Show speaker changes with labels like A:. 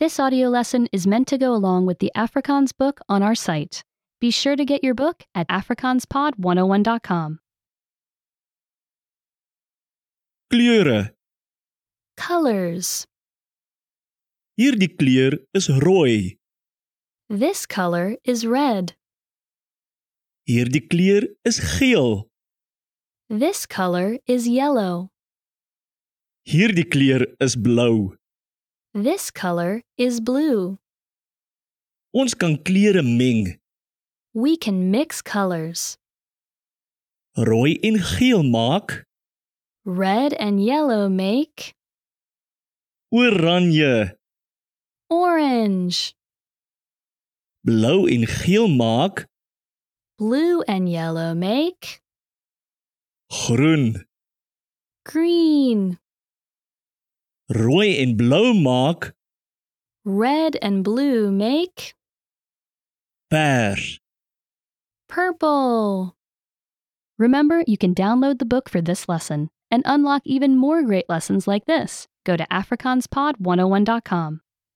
A: This audio lesson is meant to go along with the Afrikaans book on our site. Be sure to get your book at afrikaanspod101.com.
B: Kleure.
A: Colors.
B: Hierdie kleur is rooi.
A: This color is red.
B: Hierdie kleur is geel.
A: This color is yellow.
B: Hierdie kleur is blou.
A: This color is blue.
B: Ons kan kleure meng.
A: We can mix colors.
B: Rooi en geel maak
A: Red and yellow make
B: oranje.
A: orange.
B: Blou en geel maak
A: Blue and yellow make
B: groen.
A: green.
B: Rooi en blou maak
A: Red and blue make
B: pers.
A: Purple. Remember, you can download the book for this oh lesson and unlock even more great lessons like this. Go to AfrikaansPod101.com.